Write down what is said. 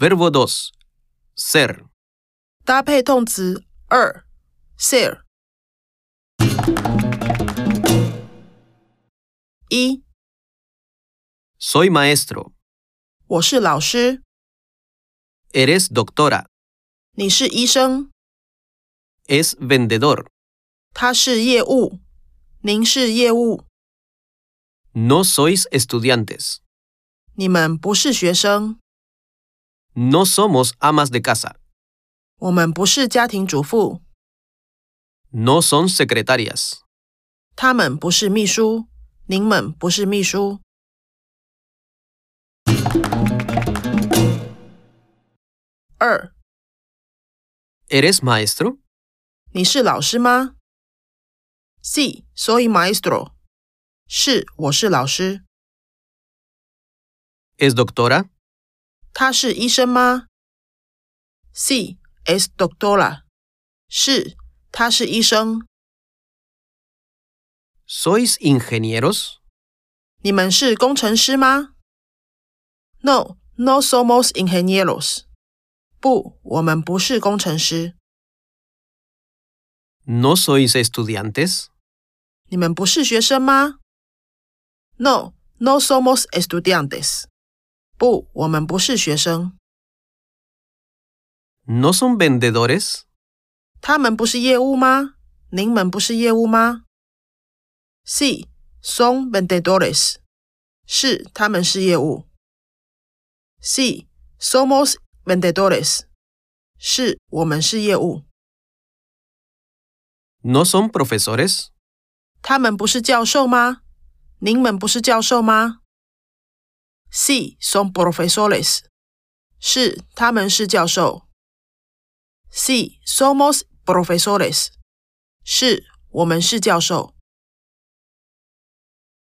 Verbo 2. Ser. 搭配动词 er，二 ser。一， Soy maestro. 我是老师， Eres doctora. 你是医生， Es vendedor. 他是业务，您是业务， No sois estudiantes. 你们不是学生， No somos amas de casa. 我们不是家庭主妇， No son secretarias. 他们不是秘书，您们不是秘书。二， ¿Eres maestro? 你是老师吗？Sí, soy maestro。是，我是老师。 ¿Es doctora? 他是医生吗？Sí, es doctora。是，他是医生。 ¿Sois ingenieros? 你们是工程师吗？No, no somos ingenieros。不，我们不是工程师。 ¿No sois estudiantes? 你们不是学生吗？No, no somos estudiantes。不，我们不是学生。 ¿No son vendedores? 他们不是业务吗？您们不是业务吗？Sí, son vendedores。是，他们是业务。Sí, somos vendedores。是，我们是业务。 ¿No son profesores? 他们不是教授吗？您们不是教授吗？Sí, son profesores。是，他们是教授。Sí, somos profesores。是，我们是教授。